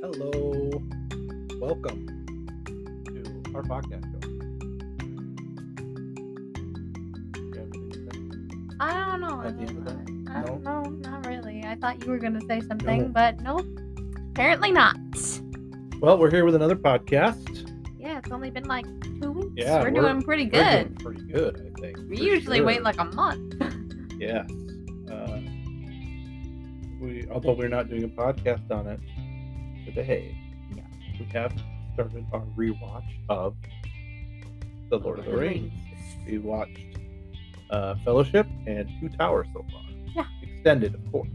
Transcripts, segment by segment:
Hello. Welcome to our podcast show. You have anything to say? I don't know. At the end of the I No? don't know. Not really. I thought you were gonna say something, No. but nope. Apparently not. Well, we're here with another podcast. Yeah, it's only been like two weeks. Yeah, we're, we're- doing pretty We're doing good. pretty good, I think. We for usually wait sure. like a month. Yes. Uh, we, although we're not doing a podcast on it today, Yeah. we have started our rewatch of The Lord of the Rings. We watched uh, Fellowship and Two Towers so far. Yeah. Extended, of course.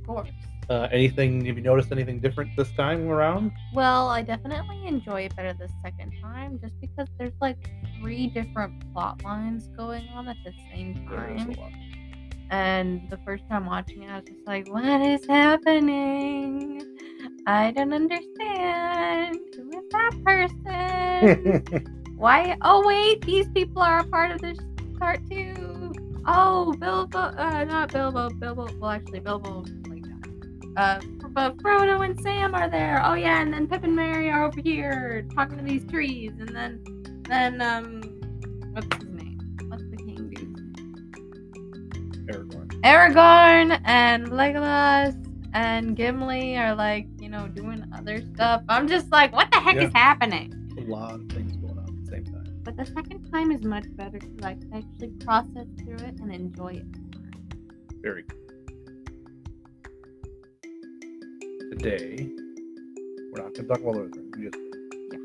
Of course. Uh, anything? Have you noticed anything different this time around? Well, I definitely enjoy it better the second time, just because there's like three different plot lines going on at the same There is a time. lot. And the first time watching it, I was just like, what is happening? I don't understand. Who is that person? Why? Oh, wait, these people are a part of this part too. Oh, Bilbo, uh, not Bilbo, Bilbo, well, actually, Bilbo, like that. Uh, but Frodo and Sam are there. Oh, yeah, and then Pip and Mary are over here talking to these trees. And then, then, um, what's his name? What's the king dude? Aragorn. Aragorn and Legolas and Gimli are like, you know, doing other stuff. I'm just like, what the heck Yeah. is happening? A lot of things going on at the same time. But the second time is much better because I can actually process through it and enjoy it. Very. cool. Today, we're not going to talk about Lord of the Rings. We just. Yeah.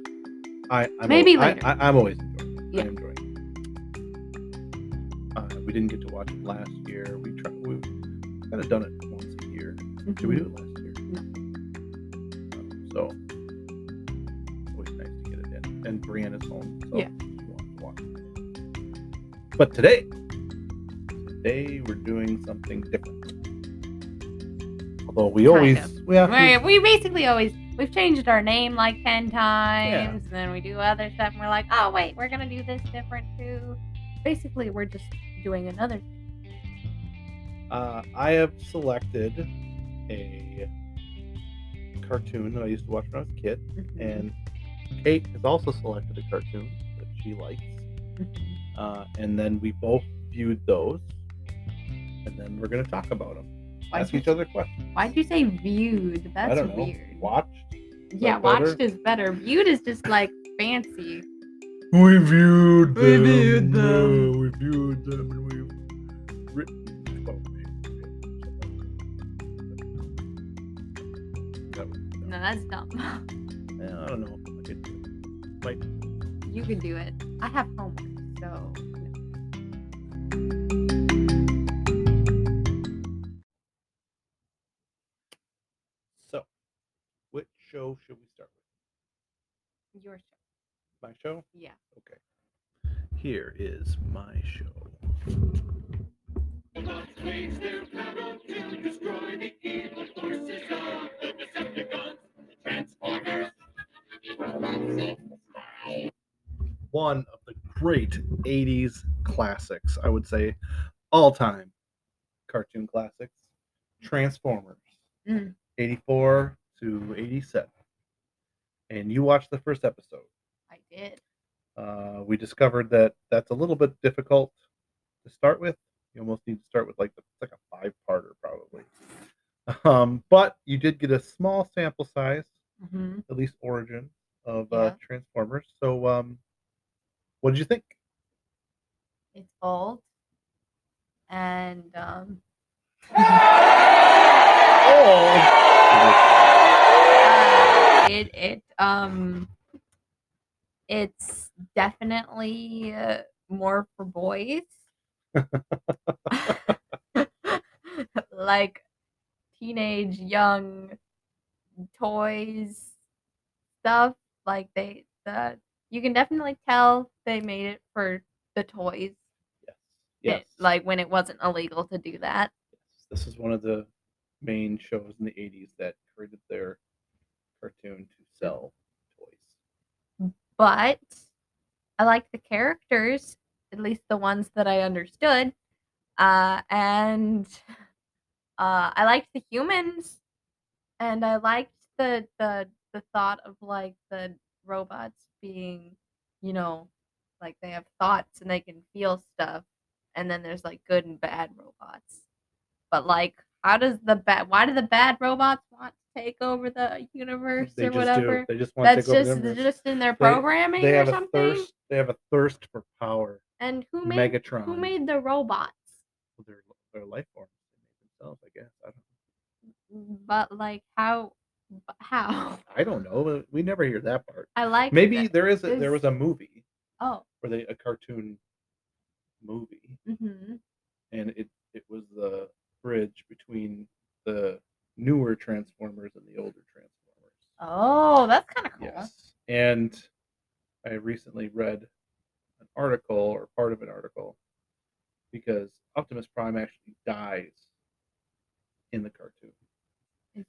I, I'm Maybe al- I- later. I, am always enjoying. It. Yeah. I'm enjoying. It. Uh, we didn't get to watch it last year. We tried. We kind of done it once a year. Did Mhm. we do it last year? No. Um, So always nice to get it in. And Brianna's home, so Yeah. she wants to watch. it. But today, today we're doing something different. Although we Kind always we have Right, to, we basically always we've changed our name like ten times, and then we do other stuff, and we're like, oh wait, we're gonna do this different too. Basically, we're just doing another. uh, I have selected a cartoon that I used to watch when I was a kid, and Kate has also selected a cartoon that she likes. uh, and then we both viewed those, and then we're gonna talk about them. Why'd Ask you- each other questions. Why'd you say viewed? That's I don't know. weird. Watched. Yeah, that better? watched is better. Viewed is just like fancy. We viewed We viewed them. uh, we viewed them, and we've written about them. That would- No, that's dumb. eh, I don't know. I could do it. You can do it. I have homework, so So, which show should we start with? your show. My show. Yeah. Okay. Here is my show. One of the great 80s classics, I would say, all time cartoon classics Transformers, Mm. 84 to 87. And you watched the first episode I did. uh, we discovered that that's a little bit difficult to start with. You almost need to start with like the, like a five parter probably. Um, but you did get a small sample size, Mm-hmm. at least origin of uh, Yeah. Transformers. So, um, what did you think? It's bold. And um Oh, uh, it it um it's definitely uh, more for boys. like teenage young toys stuff like they the you can definitely tell they made it for the toys yes, it- yes. like when it wasn't illegal to do that this is one of the main shows in the '80s that created their cartoon to sell toys. but I liked the characters, at least the ones that I understood. Uh, and uh, I liked the humans, and I liked the the the thought of like the robots being, you know, like they have thoughts and they can feel stuff, and then there's like good and bad robots. But like, how does the bad? Why do the bad robots want to take over the universe They or just whatever? do. They just want That's to take just over the universe. just in their They- programming They or have a something. thirst. They have a thirst for power. And who made Megatron. who made the robots? their their life forms? They made themselves, I guess. I don't. But like how but how? I don't know. but We never hear that part. I like Maybe that- there is a, there there's- was a movie Oh. or they, a cartoon movie, hmm and it it was the bridge between the newer Transformers and the older Transformers. Oh, that's kind of cool. Yes, and I recently read an article or part of an article because Optimus Prime actually dies in the cartoon. It's-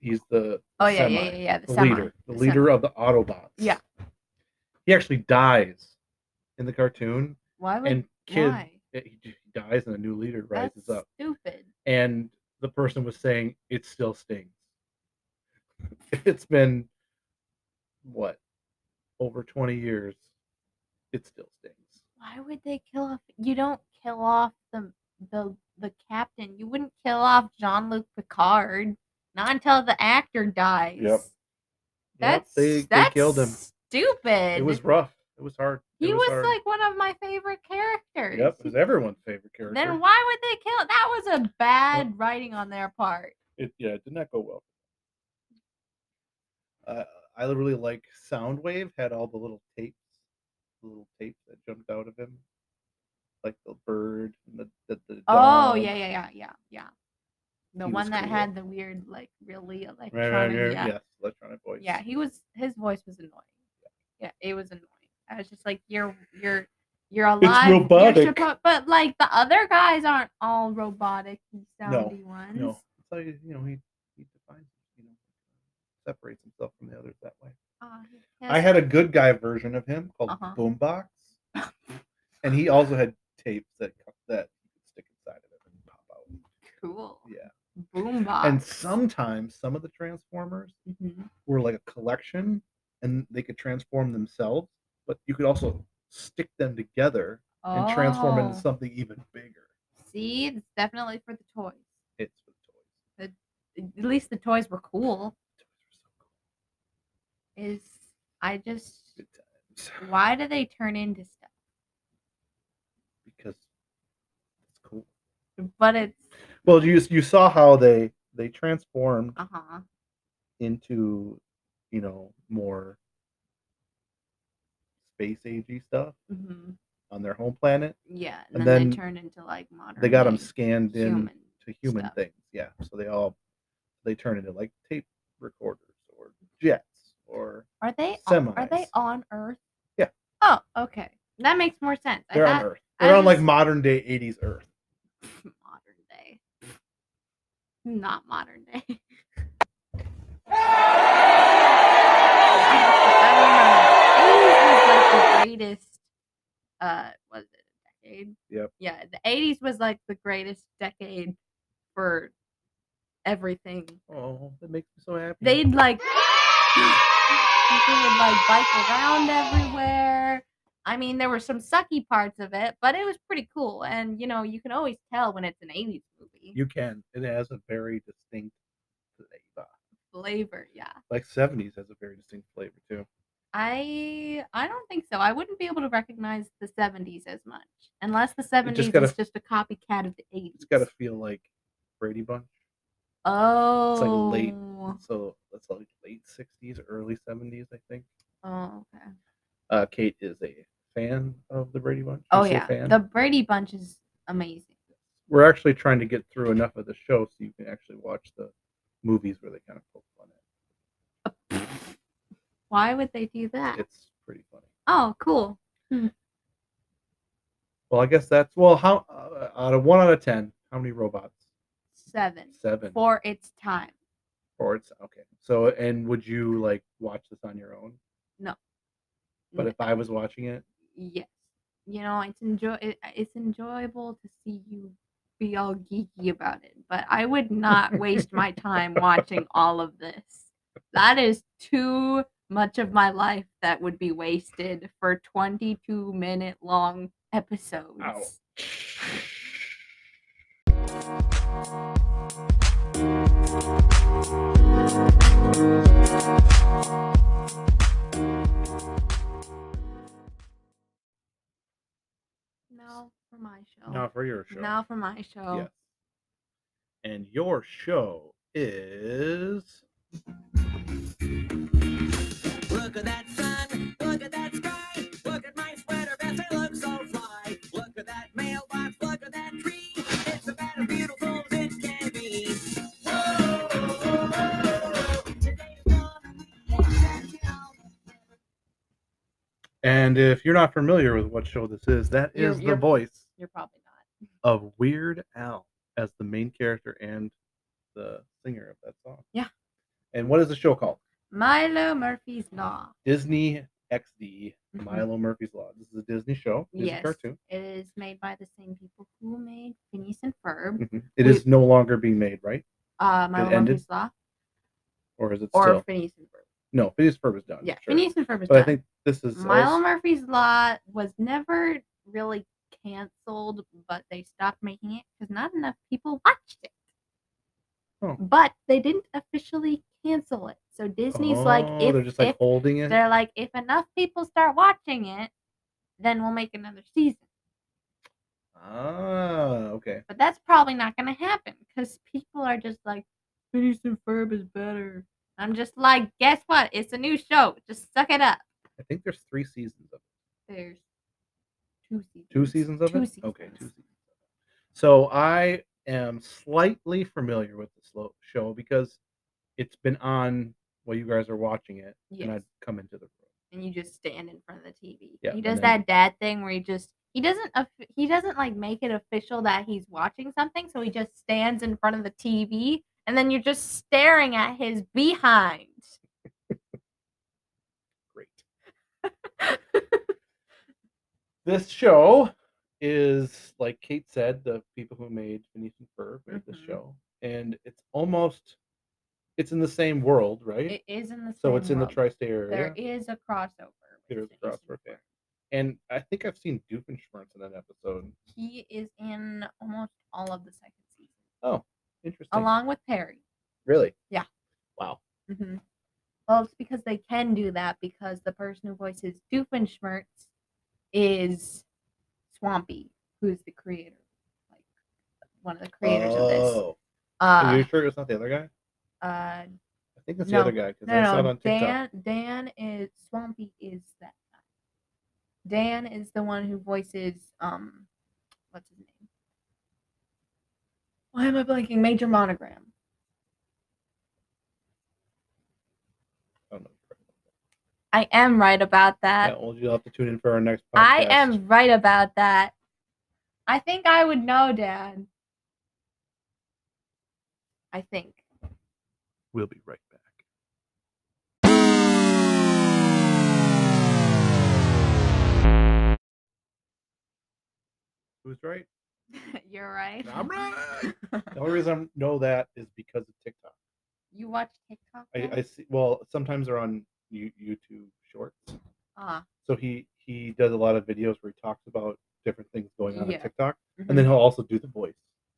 He's the Oh yeah, semi. yeah, yeah, yeah. The, the semi. leader, the, The semi. leader of the Autobots. Yeah. He actually dies in the cartoon, Why would and kid why? he he dies, and a new leader rises That's up. Stupid. And the person was saying it still stings. it's been what over twenty years. It still stings. Why would they kill off? You don't kill off the the the captain. You wouldn't kill off Jean Luc Picard. Not until the actor dies. Yep, That's they, that's they killed him. Stupid. It was rough. It was hard. It He was, hard. like one of my favorite characters. Yep, it was everyone's favorite character. Then why would they kill? That was a bad writing on their part. it yeah, it did not go well. Uh, I really like Soundwave had all the little tapes, the little tapes that jumped out of him, like the bird and the the, the Oh dog. yeah, yeah, yeah, yeah, yeah. The He was one that cool. had the weird, like, really electronic. right, right, right, yeah. yes, electronic voice. Yeah, he was his voice was annoying. Yeah, it was annoying. I was just like, you're you're you're alive. you're robotic. suppo- but like the other guys aren't all robotic soundy ones. no, so you you know he he defines you know separates himself from the others that way. Aw, he I has- had a good guy version of him called Uh-huh. Boombox, and he also had tapes that co- that you could stick inside of it and pop out. cool. Yeah. Boombox. And sometimes some of the transformers Mhm. were like a collection and they could transform themselves, but you could also stick them together and transform Oh, into something even bigger. See, it's definitely for the toys. It's for toys. At least the toys were cool. Toys are so cool. Is I just Good times. why do they turn into stuff? Because it's cool. But it's Well, you you saw how they they transformed uh huh. into, you know, more space agey stuff hmm on their home planet. Yeah, and, And then, then they turn into like modern. They got them day scanned in human. to human stuff. things. Yeah. So they all they turn into like tape recorders or jets or Are they on, are they semis. on Earth? Yeah. Oh, okay. That makes more sense. they're I on thought Earth. I They're on like was- modern day eighties Earth. modern day. Not modern day. I, I don't know. 80s was like the greatest uh was it a decade? Yep. Yeah, the eighties was like the greatest decade for everything. Oh, that makes me so happy. They'd like people would like bike around everywhere. I mean, there were some sucky parts of it, but it was pretty cool. And you know, you can always tell when it's an '80s movie you can. It has a very distinct flavor. flavor. Yeah, Like seventies has a very distinct flavor too. I I don't think so. I wouldn't be able to recognize the '70s as much, unless the '70s gotta- is just a copycat of the '80s. It's gotta feel like Brady Bunch. oh, late. So that's like late sixties, early seventies, I think. Oh, okay. Uh Kate is a fan of the Brady Bunch. You Oh say yeah, fan? the Brady Bunch is amazing. we're actually trying to get through enough of the show so you can actually watch the movies where they kind of poke fun at Why would they do that? it. It's pretty funny. oh, cool. Well, I guess that's well. How uh, out of one out of ten, how many robots? Seven Seven. for its time. Or it's okay. So, and would you like watch this on your own? No. But No. if I was watching it, yes you know it's enjoy it, it's enjoyable to see you be all geeky about it, but I would not waste my time watching all of this. That is too much of my life that would be wasted for 22 minute long episodes. Ow. Now for my show. Now for your show. Now for my show. Yes. And your show is Look at that sun, look at that sky, look at my sweater vest, I look so fly. Look at that mailbox, look at that tree, it's about as beautiful as it can be. Whoa, whoa, whoa, whoa. Today is all- And if you're not familiar with what show this is, that You're- is the you're- voice You're probably not. of Weird Al as the main character and the singer of that song. Yeah. And what is the show called? Milo Murphy's Law. Disney XD, Mhm. Milo Murphy's Law. This is a Disney show. Disney Yes. cartoon. It is made by the same people who made Phineas and Ferb. Mhm. It We- is no longer being made, right? Uh, Milo ended? Murphy's Law Or is it or still? Phineas and Ferb. No, Phineas Ferb is done. Yeah, sure. Phineas and Ferb is But I done. think this is. Milo als- Murphy's Law was never really canceled, but they stopped making it because not enough people watched it. Oh. But they didn't officially cancel it. So Disney's like, Oh, if, they're just like if- holding it. they're like, if enough people start watching it, then we'll make another season. Ah, okay. But that's probably not going to happen because people are just like, Phineas and Ferb is better. I'm just like, guess what? It's a new show. Just suck it up. I think there's three seasons of There's two seasons. Two seasons of Two it? Okay, seasons. two seasons. So I am slightly familiar with this lo- show because it's been on while you guys are watching it, Yes. and I'd come into the room. and you just stand in front of the TV. Yeah, he and does then- that dad thing where he just he doesn't of- he doesn't like make it official that he's watching something, so he just stands in front of the TV and then you're just staring at his behind. Great. this show is like Kate said, the people who made Phineas and Ferb made this Mhm. show, and it's almost it's in the same world, right? It is in the so same it's in world. the tri-state area. There is a crossover. with There's Phineas and crossover, Ferb. and I think I've seen Doofenshmirtz in that episode. He is in almost all of the second season, Interesting. along with Perry. Really? Yeah. Wow. hmm Well, it's because they can do that because the person who voices Doofenshmirtz is Swampy, who's the creator, like one of the creators of this. Oh. Are Uh, you sure it's not the other guy? uh, I think it's no. the other guy because I saw no, it no, on Dan, TikTok. Dan is Swampy is that guy. Dan is the one who voices um, what's his name? Why am I blanking? Major Monogram. I don't know. I am right about that. Yeah, well, you'll have to tune in for our next podcast. I am right about that. I think I would know, Dad. I think. We'll be right back. Who's right? You're right. I'm right. The only reason I know that is because of TikTok. you watch TikTok? I, I see. Well, sometimes they're on you, YouTube Shorts. ah, So he he does a lot of videos where he talks about different things going on Yeah. Mm-hmm. on TikTok, and then he'll also do the voice,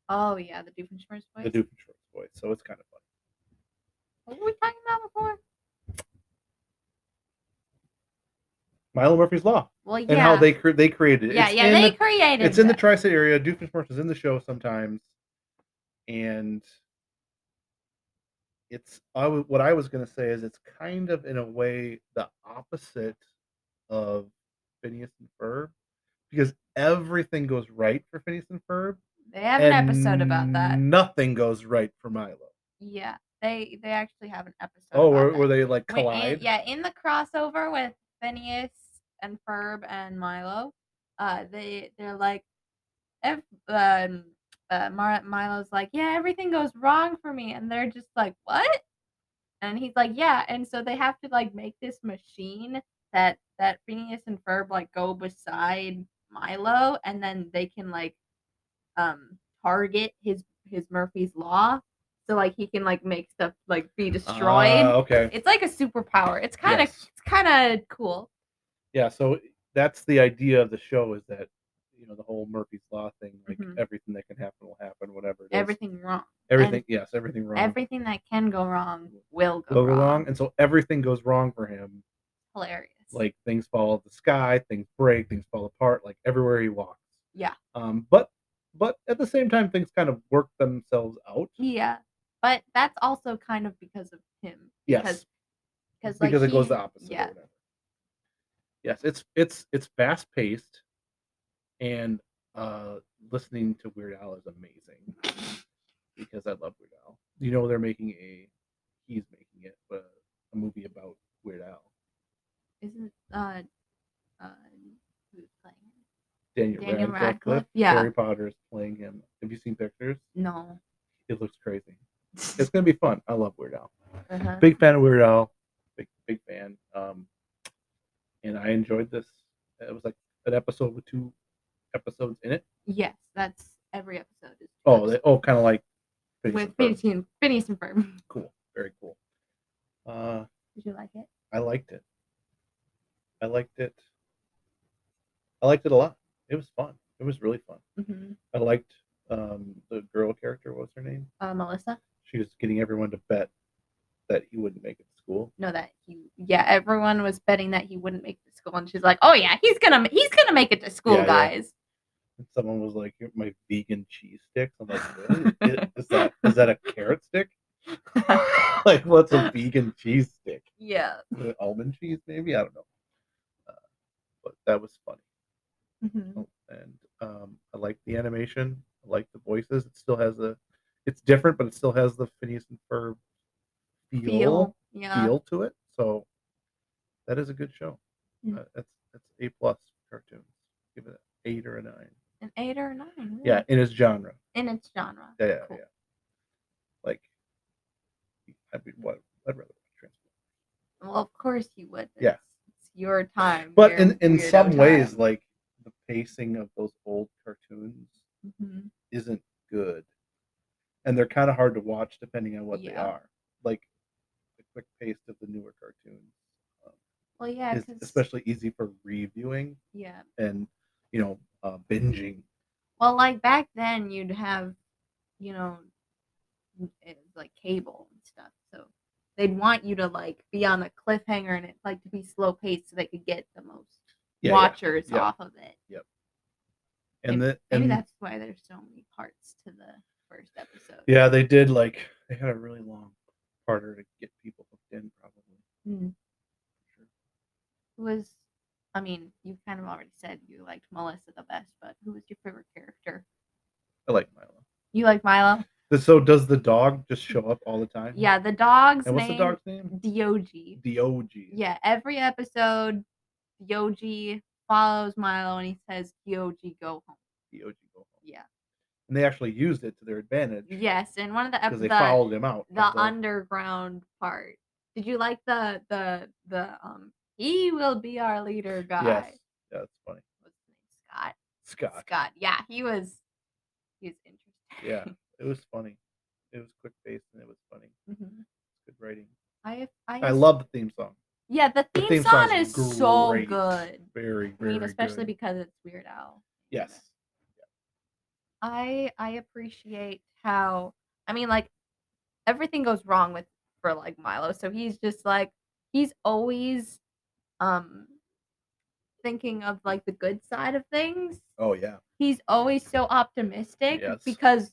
oh yeah, the Doofenshmirtz voice. the Doofenshmirtz voice. So it's kind of fun. what were we talking about before? Milo Murphy's Law Well, yeah, and how they cre- they created it. yeah, It's yeah, in they the, created. it's in the that. tri-state area. Doofenshmirtz is in the show sometimes, and it's I w- what I was gonna say is it's kind of in a way the opposite of Phineas and Ferb because everything goes right for Phineas and Ferb. they have an and episode about that. Nothing goes right for Milo. Yeah, they they actually have an episode. Oh, about where, that. where they like Wait, in- collide? yeah, in the crossover with Phineas and Ferb and Milo, uh, they they're like, ev- um, uh, Mar- Milo's like, yeah, everything goes wrong for me, and they're just like, what? And he's like, yeah, and so they have to like make this machine that that Phineas and Ferb like go beside Milo, and then they can like, um, target his his Murphy's law, so like he can like make stuff like be destroyed. Ah, okay. it's like a superpower. It's kind of Yes. it's kind of cool. yeah so eh, that's the idea of the show is that you know the whole murphy's law thing like Mhm. everything that can happen will happen whatever it is. Everything wrong. everything yes everything wrong Everything that can go wrong will go, Go wrong. wrong and so everything goes wrong for him Hilarious. like things fall out of the sky things break things fall apart like everywhere he walks Yeah. um but but at the same time things kind of work themselves out yeah, but that's also kind of because of him. yes Because like because it goes he- the opposite or Yeah, whatever. yes it's it's it's fast paced and uh listening to weird al is amazing because i love weird al you know they're making a he's making it but a movie about weird al isn't uh uh who's playing? him? daniel, Daniel radcliffe, Radcliffe? Yeah. harry potter is playing him have you seen pictures No. it looks crazy it's gonna be fun i love weird al Uh-huh. big fan of Weird Al, big big fan. Um, and I enjoyed this. It was like an episode with two episodes in it. Yes, that's every episode. Is Oh, they, oh, kind of like Phineas with and Ferb. Phineas and, Phineas and Ferb. Cool, very cool. Uh, Did you like it? I liked it. I liked it. I liked it a lot. It was fun. It was really fun. Mm-hmm. I liked um, the girl character. What was her name? Uh, Melissa? She was getting everyone to bet that he wouldn't make it to school. No, that he. Yeah, everyone was betting that he wouldn't make it to school, and she's like, "Oh yeah, he's gonna he's gonna make it to school, Yeah, yeah. guys." And someone was like, "You're "My vegan cheese sticks." I'm like, really? I- "Is that is that a carrot stick? Yeah. Like, what's a vegan cheese stick? yeah. Uh, Almond cheese, maybe? I don't know." Uh, but that was funny, Mhm. Oh, and um, I like the animation. I like the voices. It still has a, it's different, but it still has the Phineas and Ferb feel feel, Feel. Yeah. to it. So that is a good show. Mm. Uh, that's that's a plus cartoons. Give it an eight or a nine. An eight or a nine. Yeah, in its genre. In its genre. Yeah, yeah, Mm. Cool. yeah. Like, I'd be what I'd rather watch Transformers. Well, of course you would. Yeah. It's, it's your time. But your in in weirdo some ways, time. like the pacing of those old cartoons Mhm. isn't good, and they're kind of hard to watch depending on what they Yeah. are. Like the quick pace of the newer cartoons Well, yeah, is 'cause- especially easy for reviewing yeah. and you know uh, binging. Well, like back then, you'd have, you know, it was like cable and stuff. So they'd want you to like be on the cliffhanger and it like to be slow paced so they could get the most Yeah, yeah. watchers yeah. off of it. And the Maybe and that's why there's so many parts to the first episode. yeah, they did like they had a really long harder to get people hooked in probably. Mm. Sure. Who was, I mean, you kind of already said you liked Melissa the best, but who was your favorite character? I like Milo. You like Milo? But So does the dog just show up all the time? Yeah, the dog's And what's name. the dog's name? Diogi. The OG. Yeah, every episode, Yoji follows Milo and he says, Yoji, go home. The OG go home. Yeah. And they actually used it to their advantage. Yes, and one of the Because they episodes, the, followed him out. the of underground part. Did you like the the the um? He will be our leader guy. Yes. Yeah, that's funny. What's his name? Scott. Scott. Scott. Yeah, he was. He was interesting. Yeah. It was funny. It was quick paced and it was funny. Mhm. Good writing. I I, I love the theme song. Yeah, the The theme, theme song song's is so great. good. Very, I very mean, especially good. because it's Weird Al. Yes. I I appreciate how I mean like everything goes wrong with for like Milo. So he's just like he's always um thinking of like the good side of things. Oh yeah. He's always so optimistic Yes. because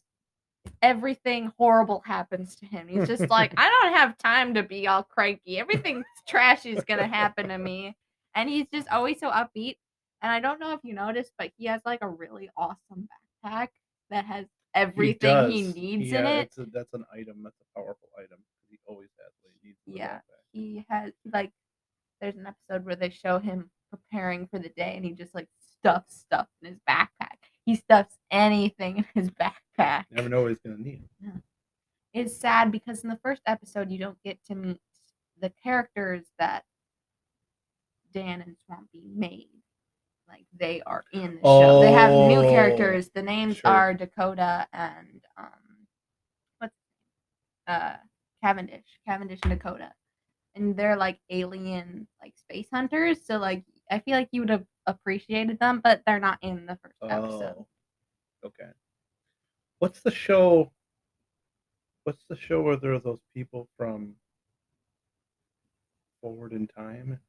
everything horrible happens to him. He's just like I don't have time to be all cranky. Everything trashy is going to happen to me. And he's just always so upbeat. And I don't know if you noticed, but he has like a really awesome backpack that has everything he, does. needs yeah, in it. It's a, that's an item. That's a powerful item. He always has what he needs. in the Yeah. backpack. He has like there's an episode where they show him preparing for the day and he just like stuffs stuff in his backpack. He stuffs anything in his backpack. You never know what he's gonna need. It's sad because in the first episode you don't get to meet the characters that Dan and Swampy made. like they are in the show. They have new Oh, characters. The names sure. are Dakota and um, what's uh Cavendish, Cavendish and Dakota, and they're like alien like space hunters. So like I feel like you would have appreciated them, but they're not in the first episode. Oh, okay. What's the show? What's the show where there are those people from forward in time,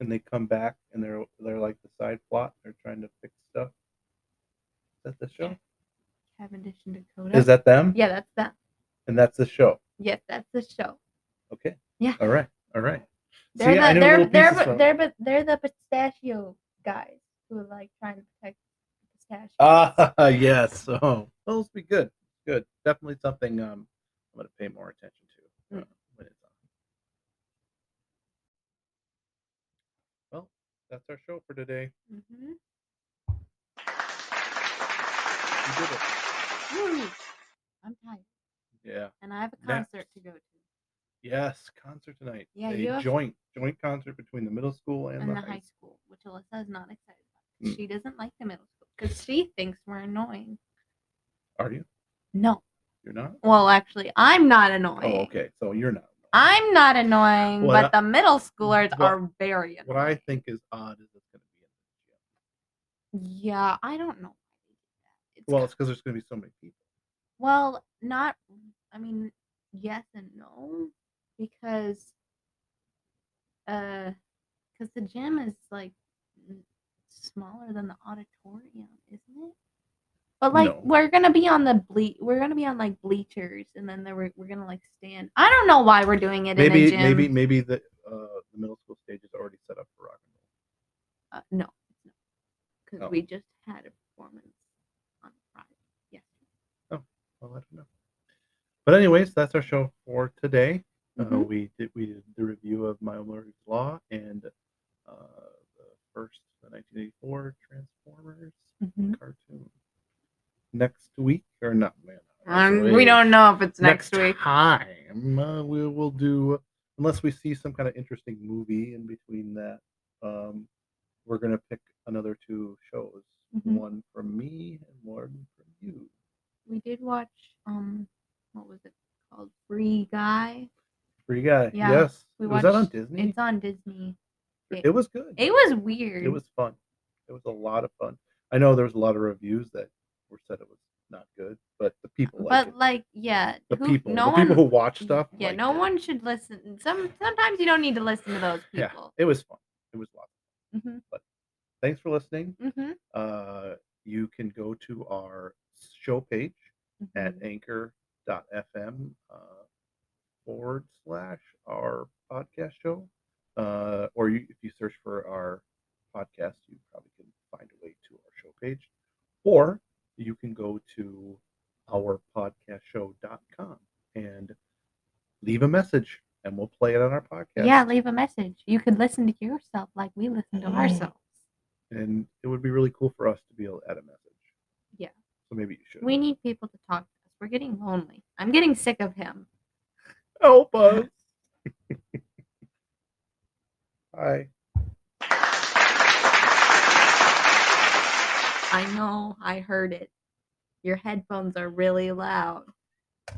and they come back and they're they're like the side plot. They're trying to fix stuff. Is that the show? Cavendish and Dakota. Is that them? Yeah, that's that. And that's the show. Yes, that's the show. Okay. Yeah. All right. All right. They're See, I the know they're little they're pieces but from- they're but they're the pistachio guys who are like trying to protect the pistachio. Ah, yes. Oh, those be good. Good. Definitely something um, I'm going to pay more attention to uh, when it's on. Well, that's our show for today. hmm We did it. I'm tired, Yeah. and I have a That- concert to go to Yes. Concert tonight. Yeah, A you have- joint joint concert between the middle school and, in the, the high. high school, which Alyssa is not excited about. 'cause Mm. She doesn't like the middle school because she thinks we're annoying. Are you? No, You're not. well, actually, I'm not Oh, annoying. okay. So you're not. I'm not annoying, Well, but the middle schoolers what- are very annoying. What I think is odd is it's going to be in the gym. Yeah, I don't know. It's Well, it's because there's going to be so many people. Well, not. I mean, yes and no, because uh, because the gym is like n- smaller than the auditorium, isn't it? But like No. we're gonna be on the ble we're gonna be on like bleachers, and then there we're, we're gonna like stand. I don't know why we're doing it in a Maybe gym. maybe maybe the uh, the middle school stage is already set up for rock and roll. uh, no, because Oh. we just had a performance on Friday. Yes. I'll let him know. But anyways, that's our show for today. Uh, Mhm. we did we did the review of My Murray's Law and uh, the first the 1984 Transformers Mhm. cartoon. Next week or not? Man, Um, we don't know if it's next, week. time uh, we will do unless we see some kind of interesting movie in between that. Um, we're gonna pick another two shows, Mhm. one from me and one from you. we did watch um what was it called free guy Free guy. Yeah, yes. we was that on watched- Disney? it's on disney it- It was good. it was weird It was fun. It was a lot of fun. I know there was a lot of reviews that were said it was not good, but the people liked but it. like yeah The who- people, no the people who one watch stuff. yeah liked no it. one should listen some sometimes you don't need to listen to those Yeah, people it was fun. It was a lot. hmm Thanks for listening. hmm Uh, you can go to our show page mm-hmm. at anchor.fm uh, forward slash our podcast show. Uh, or you, if you search for our podcast, you probably can find a way to our show page. Or you can go to ourpodcastshow.com and leave a message and we'll play it on our podcast. yeah leave a message you could listen to yourself like we listen to Mm. ourselves And it would be really cool for us to be able to add a message. Yeah. So maybe you should. we need people to talk to us we're getting lonely i'm getting sick of him help us. Hi. i know i heard it your headphones are really loud